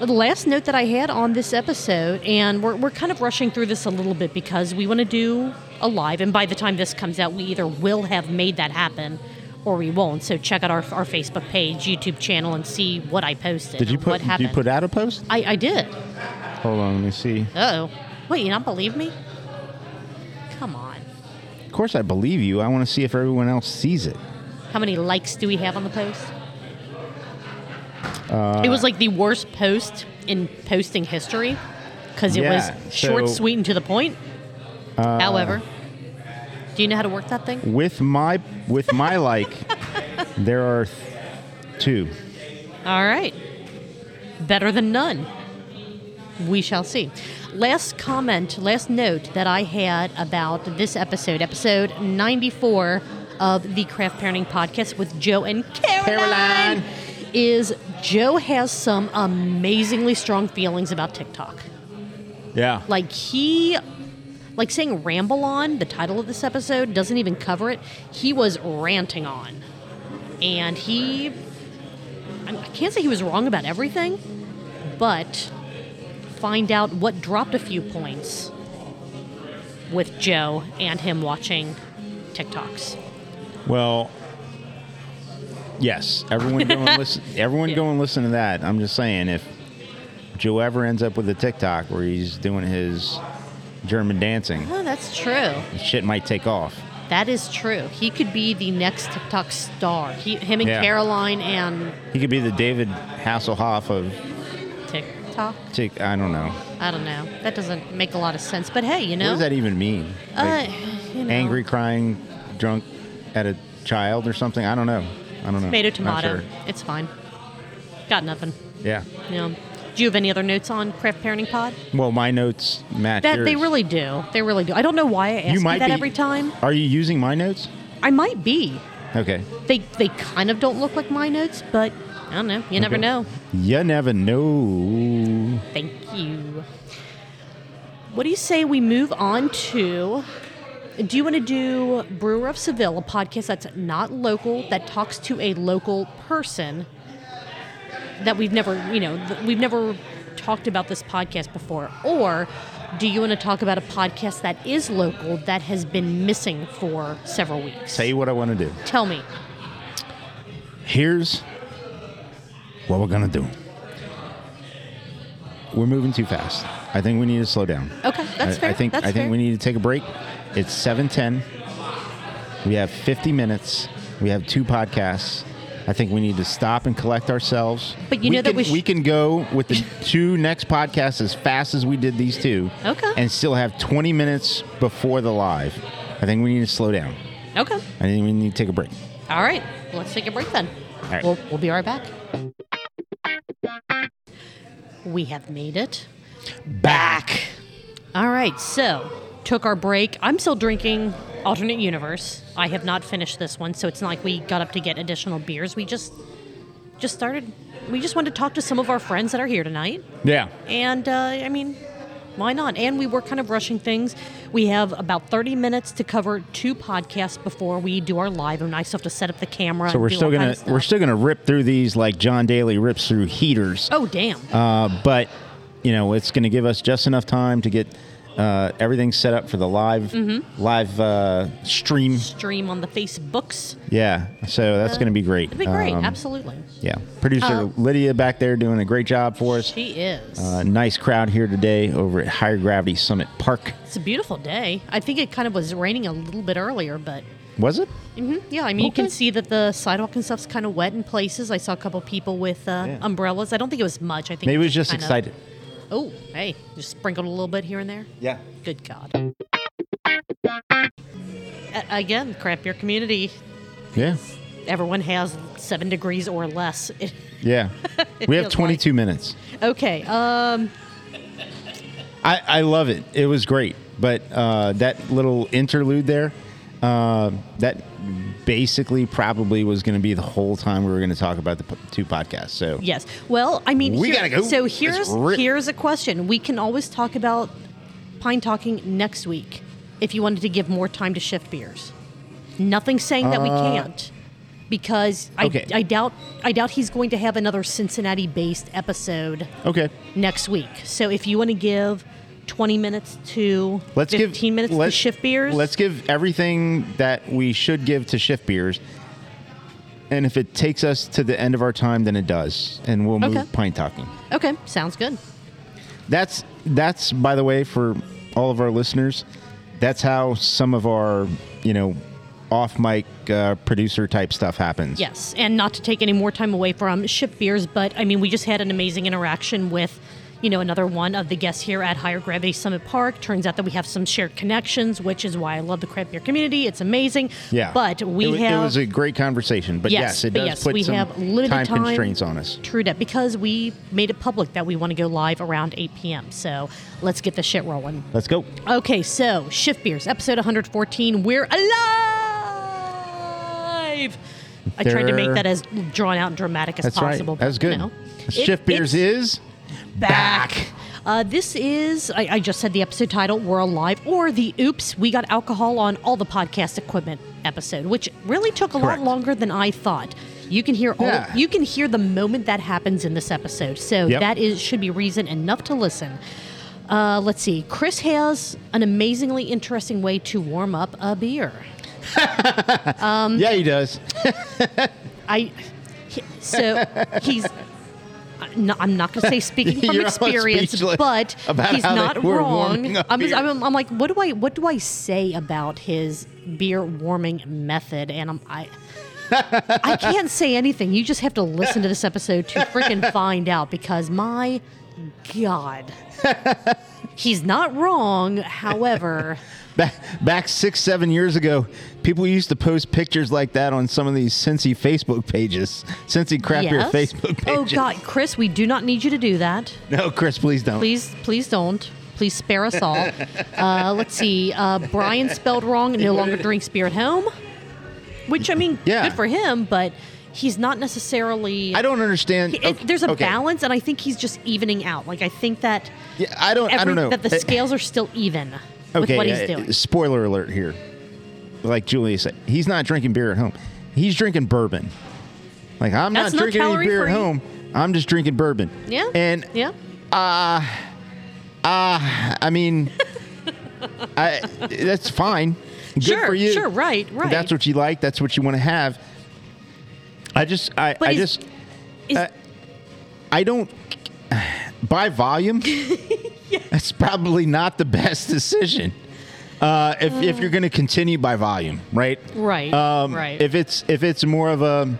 C: the last note that I had on this episode, and we're, we're kind of rushing through this a little bit because we want to do a live, and by the time this comes out, we either will have made that happen or we won't. So check out our, our Facebook page, YouTube channel, and see what I posted.
B: Did you
C: and what
B: put you
C: happened.
B: put out a post?
C: I, I did.
B: Hold on, let me see.
C: Uh oh. Wait, you not believe me? Come on.
B: Of course I believe you. I want to see if everyone else sees it.
C: How many likes do we have on the post?
B: Uh,
C: it was like the worst post in posting history because it
B: Yeah,
C: was short,
B: so- Uh,
C: sweet, and to the point. However, do you know how to work that thing?
B: With my with my like there are th- two.
C: All right. Better than none. We shall see. Last comment, last note that I had about this episode, episode 94 of the Craft Parenting Podcast with Joe and
B: Caroline.
C: Caroline, is Joe has some amazingly strong feelings about TikTok.
B: Yeah.
C: Like he like saying ramble on, the title of this episode doesn't even cover it. He was ranting on. And he I I can't say he was wrong about everything, but find out what dropped a few points with Joe and him watching TikToks.
B: Well, yes. Everyone go and listen. Everyone go and listen to that. I'm just saying, if Joe ever ends up with a TikTok where he's doing his German dancing,
C: Oh, that's true.
B: shit might take off.
C: That is true. He could be the next TikTok star. He, him and
B: Yeah.
C: Caroline and
B: He could be the David Hasselhoff of
C: TikTok.
B: Tik. I don't know.
C: I don't know. That doesn't make a lot of sense. But hey, you
B: What
C: know.
B: does that even mean?
C: Uh,
B: Like,
C: you know.
B: angry, crying, drunk at a child or something? I don't know. I don't know.
C: Tomato,
B: Not
C: tomato.
B: sure.
C: It's fine. Got nothing.
B: Yeah.
C: Yeah. Do you have any other notes on Craft Parenting Pod?
B: Well, my notes match
C: That they
B: yours.
C: really do. They really do. I don't know why I ask you, that
B: be-
C: every time.
B: Are you using my notes?
C: I might be.
B: Okay.
C: They they kind of don't look like my notes, but I don't know. You never
B: Okay.
C: know.
B: You never know.
C: Thank you. What do you say we move on to? Do you want to do Brewer of Seville, a podcast that's not local, that talks to a local person that we've never, you know, th- we've never talked about this podcast before? Or do you want to talk about a podcast that is local that has been missing for several weeks?
B: Tell you what I want to do.
C: Tell me.
B: Here's what we're gonna do. We're moving too fast. I think we need to slow down.
C: Okay, that's
B: I,
C: fair.
B: I think
C: that's
B: I think
C: fair.
B: we need to take a break. It's seven ten. We have fifty minutes. We have two podcasts. I think we need to stop and collect ourselves.
C: But you
B: we
C: know that
B: can,
C: we sh-
B: we can go with the two next podcasts as fast as we did these two.
C: Okay.
B: And still have twenty minutes before the live. I think we need to slow down.
C: okay.
B: I think we need to take a break.
C: All right, let's take a break then.
B: All right.
C: We'll, we'll be right back. We have made it.
B: Back.
C: All right, so took our break. I'm still drinking Alternate Universe. I have not finished this one, so it's not like we got up to get additional beers. We just just started. We just wanted to talk to some of our friends that are here tonight.
B: Yeah.
C: And uh, I mean, why not? And we were kind of rushing things. We have about 30 minutes to cover two podcasts before we do our live, and I still have to set up the camera.
B: So
C: and
B: we're
C: do
B: still
C: all kind
B: gonna
C: of
B: we're
C: stuff.
B: still gonna rip through these like John Daly rips through heaters.
C: Oh damn!
B: Uh, but you know it's gonna give us just enough time to get uh, everything set up for the live
C: Mm-hmm.
B: live uh, stream.
C: Stream on the Facebooks.
B: Yeah, so that's gonna be great.
C: It'd be great. Uh-huh.
B: Um,
C: Absolutely.
B: Yeah, producer Lydia back there doing a great job for us.
C: She is.
B: Uh, nice crowd here today over at Higher Gravity Summit Park.
C: it's a beautiful day. I think it kind of was raining a little bit earlier, but
B: Was it?
C: hmm yeah. I mean, you can
B: Mm-hmm. Okay.
C: see that the sidewalk and stuff's kind of wet in places. I saw a couple people with uh,
B: Yeah.
C: umbrellas. I don't think it was much. I think
B: Maybe it was just
C: kind of-
B: excited.
C: Oh, hey, just sprinkled a little bit here and there.
B: Yeah.
C: Good God. A- again, crap your community.
B: Yeah.
C: Everyone has seven degrees or less.
B: Yeah.
C: It
B: we have
C: feels like-
B: 22 minutes.
C: okay. Um,
B: I, I love it. It was great. But uh, that little interlude there, uh, that basically probably was going to be the whole time we were going to talk about the p- two podcasts. So
C: yes. Well, I mean,
B: We
C: here-
B: gotta go.
C: So
B: It's
C: here's
B: writ-
C: here's a question. We can always talk about pine talking next week if you wanted to give more time to shift beers. Nothing saying that we can't, because I,
B: Uh, okay.
C: I doubt I doubt he's going to have another Cincinnati-based episode
B: okay,
C: next week. So if you want to give 20 minutes to
B: let's
C: 15
B: give
C: minutes to
B: let's-
C: shift beers,
B: Let's give everything that we should give to shift beers. And if it takes us to the end of our time, then it does, and we'll move
C: Okay.
B: pine talking.
C: okay, sounds good.
B: That's that's by the way for all of our listeners. That's how some of our you know off mic uh, producer type stuff happens.
C: Yes, and not to take any more time away from ship beers, but I mean, we just had an amazing interaction with, you know, another one of the guests here at Higher Gravity Summit Park. Turns out that we have some shared connections, which is why I love the craft beer community. It's amazing.
B: Yeah.
C: but we
B: it, wa-
C: have
B: it was a great conversation, but yes,
C: Yes,
B: it
C: but
B: does
C: yes,
B: put
C: we
B: some
C: have limited
B: time,
C: time.
B: constraints on us.
C: True that because we made it public that we want to go live around 8 p.m. So let's get this shit rolling.
B: Let's go.
C: Okay, so Shift Beers, episode 114. We're alive. I tried to make
B: There-
C: that as drawn out and dramatic as
B: That's
C: possible.
B: right.
C: but,
B: That's good.
C: You know,
B: Shift
C: it-
B: beers
C: it's
B: is back.
C: Uh, this is, I, I just said the episode title, We're Alive, or the Oops, We Got Alcohol on All the Podcast Equipment episode, which really took a
B: Correct.
C: lot longer than I thought. You can hear all,
B: Yeah.
C: you can hear the moment that happens in this episode. So
B: Yep.
C: that is should be reason enough to listen. Uh, let's see. Chris has an amazingly interesting way to warm up a beer. Um,
B: yeah, he does.
C: I he- so he's. I'm not, I'm not going to say speaking from
B: You're all
C: experience,
B: speechless
C: but
B: about
C: he's
B: how
C: not
B: they were warming
C: wrong.
B: up
C: I'm, just-
B: beer.
C: I'm, I'm like, what do I what do I say about his beer warming method? And I'm I. I can't say anything. You just have to listen to this episode to freaking find out because my God. He's not wrong. However,
B: Back, back six, seven years ago, people used to post pictures like that on some of these Cincy Facebook pages, Cincy Craft Beer
C: yes.
B: Facebook pages.
C: Oh, God. Chris, we do not need you to do that.
B: No, Chris, please don't.
C: Please, please don't. Please spare us all. Uh, let's see. Uh, Brian spelled wrong and no longer drinks beer at home, which I mean,
B: Yeah.
C: good for him, but he's not necessarily.
B: I don't understand.
C: It-
B: okay,
C: there's a
B: okay.
C: balance, and I think he's just evening out. Like I think that
B: Yeah, I don't. I
C: every,
B: don't know.
C: that the
B: Uh,
C: scales are still even with what he's
B: uh,
C: doing.
B: Spoiler alert here. Like Julia said, he's not drinking beer at home. He's drinking bourbon. Like I'm
C: That's
B: not
C: not
B: drinking any beer
C: calorie-free.
B: at home. I'm just drinking bourbon.
C: Yeah.
B: And
C: yeah.
B: I mean, I, that's fine. Good
C: Sure,
B: for you.
C: sure, right,
B: If
C: right.
B: That's what you like. That's what you want to have. I just, I,
C: But
B: I
C: is-
B: just,
C: Is,
B: uh, I don't by volume. That's probably not the best decision. Uh, if, if you're going to continue by volume, right?
C: Right,
B: Um,
C: right.
B: If it's if it's more of a,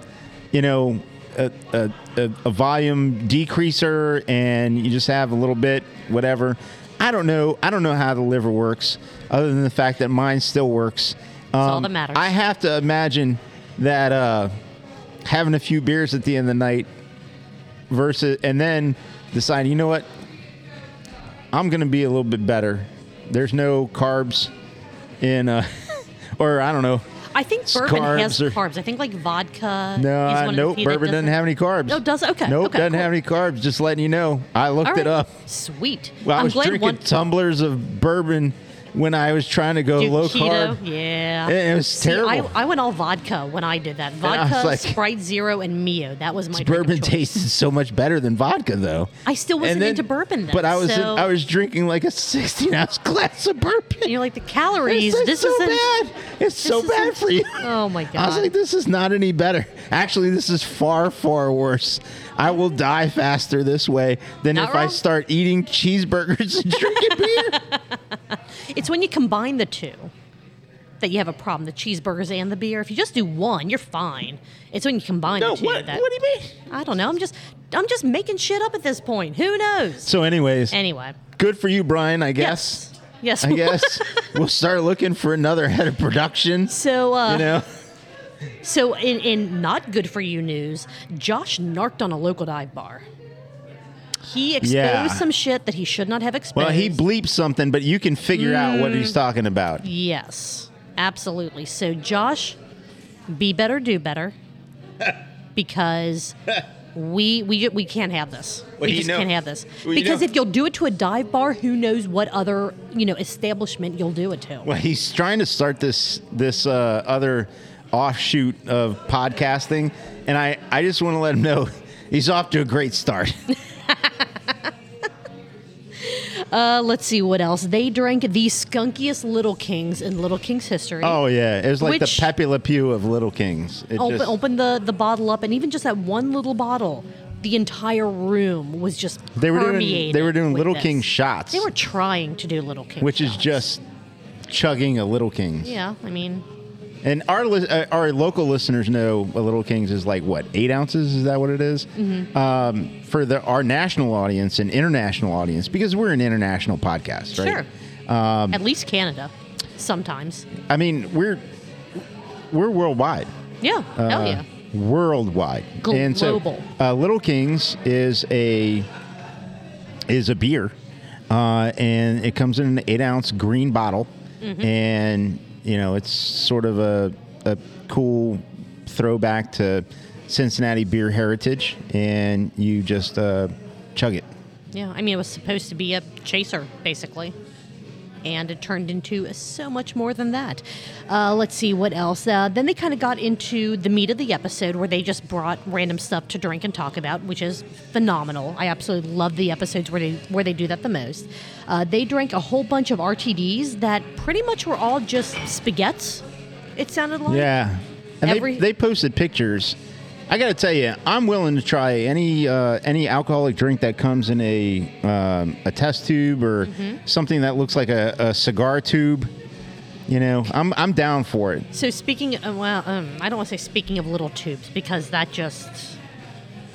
B: you know, a, a, a, a volume decreaser, and you just have a little bit, whatever. I don't know. I don't know how the liver works, other than the fact that mine still works. Um,
C: all that matters.
B: I have to imagine that uh, having a few beers at the end of the night versus and then decide you know what i'm gonna be a little bit better there's no carbs in uh or i don't know
C: I think
B: it's
C: bourbon
B: carbs
C: has
B: or-
C: carbs. I think like vodka.
B: no I-
C: is one of the
B: nope
C: few that
B: bourbon doesn't have any carbs
C: Oh, does- okay,
B: nope
C: okay,
B: doesn't
C: cool.
B: have any carbs just letting you know i looked
C: All
B: it
C: right.
B: up
C: Sweet.
B: well, i
C: I'm
B: was
C: glad
B: drinking
C: one
B: tumblers of bourbon when i was trying to go
C: Dude, oh
B: low
C: keto,
B: carb
C: Yeah.
B: And it was
C: See,
B: terrible.
C: I, I went all vodka when I did that.
B: I was
C: Vodka,
B: like-
C: Sprite Zero, and Mio. That was my drink of
B: bourbon
C: choice.
B: tasted so much better than vodka though
C: I still
B: And
C: wasn't into bourbon then,
B: but i was in-
C: so-
B: i was drinking like a 16 ounce glass of bourbon
C: And you're like the calories.
B: This is
C: This
B: so
C: isn't.
B: bad. It's so
C: isn't-
B: bad for you.
C: Oh my
B: I was
C: God.
B: like, this is not any better. Actually, this is far, far worse. I will die faster this way than
C: Not
B: if I
C: wrong.
B: start eating cheeseburgers and drinking beer.
C: It's when you combine the two. that you have a problem the cheeseburgers and the beer. If you just do one, you're fine. It's when you combine
B: No,
C: the two
B: what?
C: that
B: What do you mean?
C: I don't know. I'm just I'm just making shit up at this point. Who knows?
B: So, anyways,
C: Anyway.
B: good for you, Brian. I guess.
C: Yes. Yes.
B: I guess we'll start looking for another head of production.
C: So uh,
B: You know,
C: so in, in not good for you news, Josh narked on a local dive bar. He exposed
B: Yeah.
C: some shit that he should not have exposed.
B: well, he bleeps something, but you can figure out
C: Mm.
B: what he's talking about.
C: Yes, absolutely. So, Josh, be better, do better, because we we we can't have this.
B: Well,
C: we
B: you
C: just
B: know-
C: can't have this
B: well, you
C: because
B: know-
C: if you'll do it to a dive bar, who knows what other you know establishment you'll do it to?
B: Well, he's trying to start this this uh, other offshoot of podcasting, and I I just want to let him know he's off to a great start.
C: Uh, let's see what else. They drank the skunkiest Little Kings in Little Kings history.
B: oh yeah, it was like
C: Which- Oh,
B: the Pepe Le Pew of Little Kings. It
C: open,
B: just-
C: open the, the bottle up, and even just that one little bottle, the entire room was just
B: They were doing-
C: permeated
B: they were doing
C: with
B: Little
C: this.
B: King shots.
C: They were trying to do Little King,
B: which is
C: shots.
B: just chugging a Little Kings.
C: yeah. I mean,
B: And our lis- uh, our local listeners know a Little Kings is like what eight ounces? Is that what it is?
C: Mm-hmm.
B: Um, for the our national audience and international audience, because we're an international podcast, right? Um,
C: sure. At least Canada, sometimes.
B: I mean, we're we're worldwide.
C: Yeah.
B: uh,
C: hell Oh, yeah.
B: Worldwide. And so,
C: Global.
B: uh, Little Kings is a is a beer, uh, and it comes in an eight ounce green bottle,
C: Mm-hmm.
B: and you know it's sort of a a cool throwback to Cincinnati beer heritage, and you just uh, chug it.
C: Yeah. I mean, it was supposed to be a chaser, basically. And it turned into so much more than that. Uh, let's see what else. Uh, then they kind of got into the meat of the episode where they just brought random stuff to drink and talk about, which is phenomenal. I absolutely love the episodes where they where they do that the most. Uh, they drank a whole bunch of RTDs that pretty much were all just spaghettis. It sounded like.
B: Yeah, and
C: Every-
B: they, they posted pictures. I got to tell you, I'm willing to try any uh, any alcoholic drink that comes in a um, a test tube or
C: Mm-hmm.
B: something that looks like a, a cigar tube. You know, I'm I'm down for it.
C: So speaking, uh, well, um, I don't want to say speaking of little tubes because that just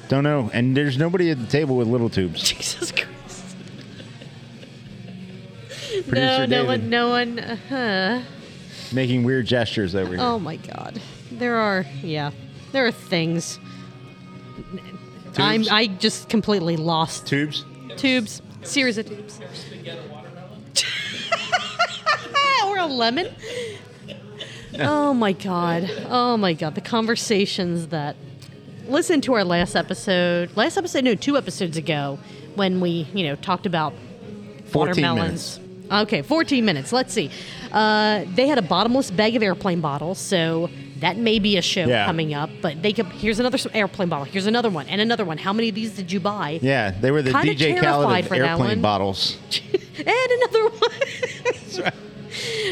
B: Don't know. And there's nobody at the table with little tubes.
C: Jesus Christ.
B: Producer
C: no, no
B: David
C: one, no one. Uh,
B: making weird gestures over here.
C: oh my God, there are yeah, there are things. I'm
B: Tubes?
C: I just completely lost
B: Tubes.
C: tubes, series of tubes. or a lemon. Oh my god. Oh my god. The conversations that listen to our last episode. Last episode, no, two episodes ago when we, you know, talked about
B: 14
C: watermelons. Okay, 14 minutes. Let's see. Uh, they had a bottomless bag of airplane bottles, so that may be a show
B: Yeah.
C: coming up. But they could. Here's another s- airplane bottle. Here's another one, and another one. How many of these did you buy?
B: Yeah, they were the
C: Kinda
B: DJ Khaled
C: terrified
B: of
C: for that
B: airplane
C: one.
B: bottles.
C: and another one.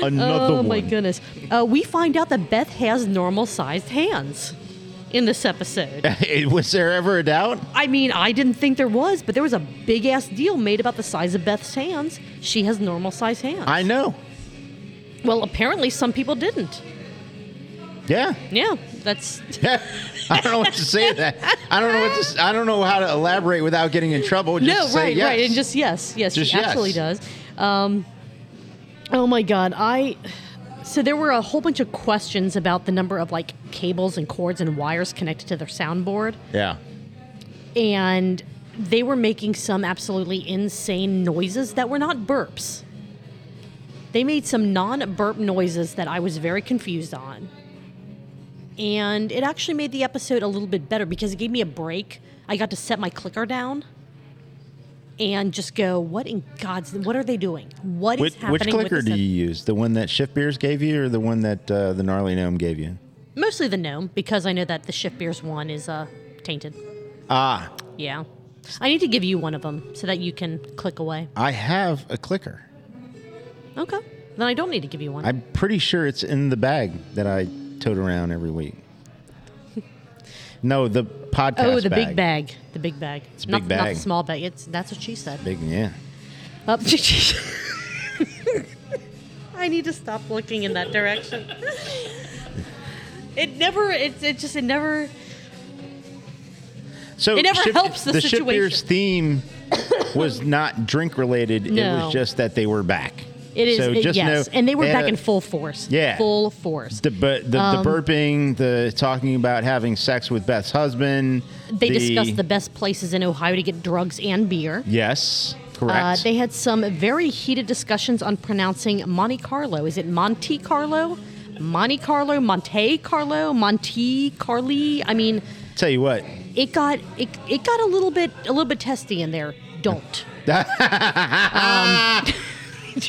B: Another
C: oh
B: one.
C: my goodness. Uh, we find out that Beth has normal sized hands in this episode.
B: Was there ever a doubt?
C: I mean, I didn't think there was, but there was a big ass deal made about the size of Beth's hands. She has normal sized hands.
B: I know.
C: well, apparently some people didn't.
B: Yeah.
C: Yeah, that's
B: I don't know what to say to that. I don't know what to. s- I don't know how to elaborate without getting in trouble. Just
C: no,
B: say
C: right,
B: yes.
C: right, and just yes, yes,
B: Just
C: she
B: yes.
C: absolutely does. Um, oh my god, I. So there were a whole bunch of questions about the number of like cables and cords and wires connected to their soundboard.
B: yeah,
C: and they were making some absolutely insane noises that were not burps. They made some non burp noises that I was very confused on. And it actually made the episode a little bit better because it gave me a break. I got to set my clicker down and just go, what in God's what are they doing? What is
B: Which,
C: happening?
B: which
C: with
B: clicker
C: this
B: do
C: ep-
B: you use? The one that Shift Beers gave you, or the one that uh, the gnarly gnome gave you?
C: Mostly the gnome because I know that the shift beers one is uh, tainted.
B: Ah,
C: Yeah. I need to give you one of them so that you can click away.
B: I have a clicker.
C: Okay. Then I don't need to give you one.
B: I'm pretty sure it's in the bag that I tote around every week. No, the podcast.
C: oh, the big bag. The big bag. It's
B: a
C: not,
B: big
C: not
B: bag.
C: the small bag. It's that's what Oh, she said.
B: Big, yeah.
C: Up I need to stop looking in that direction. it never. It, it just. It never.
B: So
C: It never helps the
B: ship beer's theme was not drink related. It
C: No.
B: was just that they were back.
C: It is.
B: So
C: it-
B: just
C: yes,
B: know
C: and they were
B: had
C: back
B: a-
C: in Um, full force.
B: Yeah.
C: Full force.
B: The, bu- the, the burping, the talking about having sex with Beth's husband.
C: they discussed the best places in Ohio to get drugs and beer.
B: Yes, correct.
C: Uh, they had some very heated discussions on pronouncing Monte Carlo. Is it Monte Carlo? Monte Carlo, Monte Carlo, Monte Carli. I mean,
B: Tell you what,
C: it got it, it got a little bit a little bit testy in there. Don't.
B: you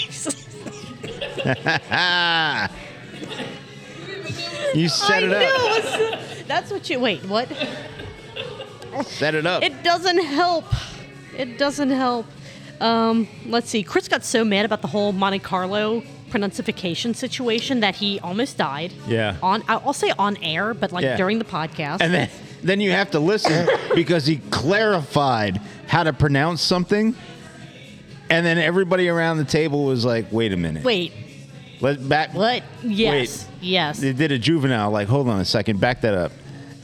B: set it up.
C: know. That's what you wait. What?
B: Set it up.
C: It doesn't help. It doesn't help. Um, let's see. Chris got so mad about the whole Monte Carlo pronunciation situation that he almost died.
B: Yeah.
C: On I- I'll say on air, but like
B: Yeah.
C: during the podcast.
B: and then then you have to listen because he clarified how to pronounce something. And then everybody around the table was like, "Wait a minute.
C: wait,
B: Let back
C: what? Yes. Yes.
B: they did a juvenile like hold on a second back that up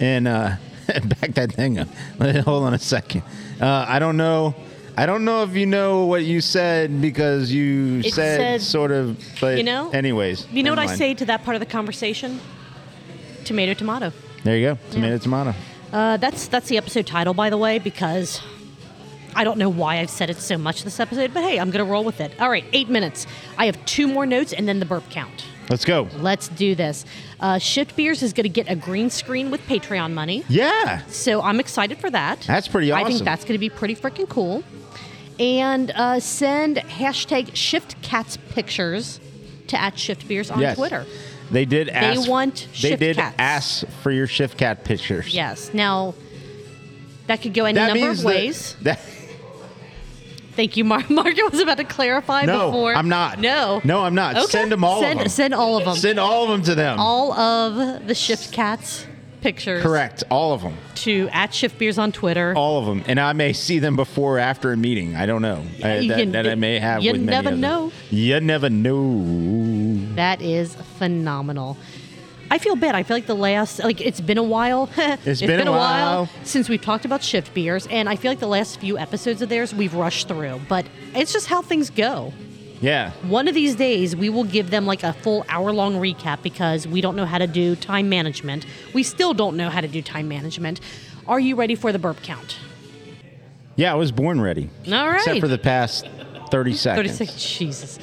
B: and uh back that thing up hold on a second uh i don't know i don't know if you know what you said because you
C: It
B: said,
C: said-
B: sort of but
C: you know-
B: anyways
C: you know what
B: never
C: I
B: mind.
C: say to that part of the conversation? Tomato, tomato.
B: there you go tomato tomato
C: Uh, that's that's the episode title, by the way, because I don't know why I've said it so much this episode, but hey, I'm gonna roll with it. All right, eight minutes. I have two more notes and then the burp count.
B: let's go
C: Let's do this. Uh, Shift Beers is going to get a green screen with Patreon money.
B: yeah
C: So I'm excited for that.
B: That's pretty
C: I think
B: awesome.
C: that's going to be pretty freaking cool. And uh, send hashtag Shift Cats pictures to at Shift Beers on
B: yes
C: Twitter.
B: they did ask
C: want
B: they
C: shift
B: did
C: cats.
B: ask for your shift cat pictures
C: Yes. Now, that could go any
B: that
C: number
B: means
C: of
B: that-
C: ways.
B: that,
C: Thank you, Mar- Margaret was about to clarify
B: no
C: before.
B: i'm not
C: No.
B: no i'm not
C: Okay.
B: send them all
C: Send,
B: of them
C: Send all of them.
B: Send all of them to them
C: all of the Shift Cats pictures
B: correct all of them
C: to at Shift Beers on Twitter.
B: all of them, and I may see them before or after a meeting. I don't know. I-
C: you
B: that,
C: can-
B: that I may have.
C: you
B: with many
C: never
B: others.
C: know.
B: You never know.
C: That is phenomenal. I feel bad. I feel like the last, like it's been a while. it's
B: been a while.
C: since we've talked about shift beers, and I feel like the last few episodes of theirs we've rushed through. But it's just how things go.
B: Yeah,
C: One of these days we will give them like a full hour long recap because we don't know how to do time management. We still don't know how to do time management. Are you ready for the burp count?
B: yeah. I was born ready.
C: All right.
B: Except for the past thirty seconds.
C: 36 jesus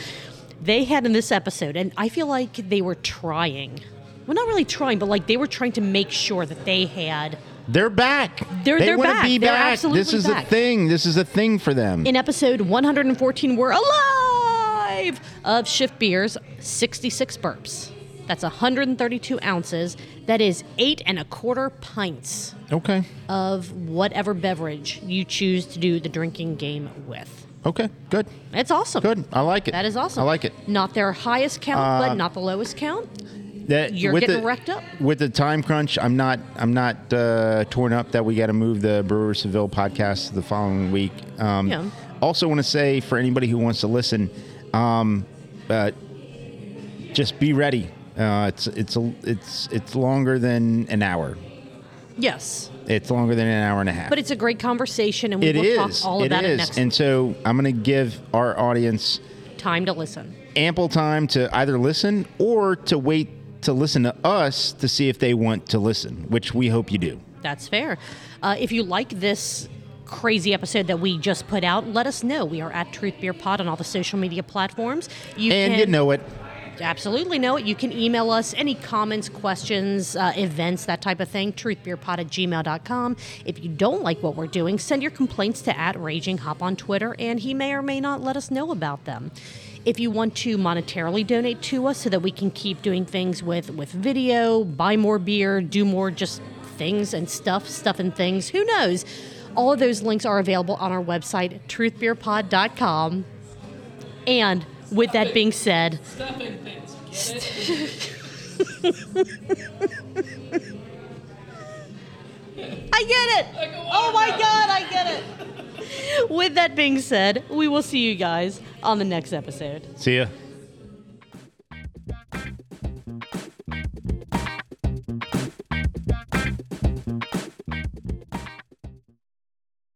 C: they had in this episode and i feel like they were trying well not really trying but like they were trying to make sure that they had
B: They're back.
C: They're-
B: they
C: they're
B: wanna
C: back.
B: Be
C: They're
B: back. this
C: absolutely
B: is
C: back.
B: a thing. This is a thing for them.
C: in episode 114 we're alive of shift beers 66 burps that's 132 ounces that is eight and a quarter pints
B: okay.
C: of whatever beverage you choose to do the drinking game with
B: Okay. Good.
C: it's awesome
B: Good. I like it.
C: that is awesome
B: I like it. Uh,
C: not their highest count but not the lowest count
B: That
C: You're
B: with
C: getting
B: the,
C: wrecked up.
B: with the time crunch. I'm not. I'm not uh, torn up that we got to move the Brewer Seville podcast to the following week. Um,
C: Yeah.
B: Also, want to say for anybody who wants to listen, um, uh, just be ready. Uh, it's it's a, it's it's longer than an hour.
C: yes
B: It's longer than an hour and a half.
C: But it's a great conversation, and we
B: it
C: will
B: is.
C: talk all
B: It
C: about
B: is.
C: it next
B: and so I'm going to give our audience
C: time to listen.
B: ample time to either listen or to wait to listen to us to see if they want to listen, which we hope you do.
C: That's fair. Uh, if you like this crazy episode that we just put out, let us know. We are at Truth Beer Pod on all the social media platforms. You
B: And
C: can
B: you know it.
C: absolutely know it. You can email us any comments, questions, uh, events, that type of thing, truthbeerpod at gmail.com. If you don't like what we're doing, send your complaints to at Raging Hop on Twitter, and he may or may not let us know about them. If you want to monetarily donate to us so that we can keep doing things with, with video, buy more beer, do more just things and stuff, stuff and things, who knows? All of those links are available on our website, truthbeerpod.com. And with that being said, I get it. Oh my god, I get it. With that being said, we will see you guys on the next episode.
B: See ya.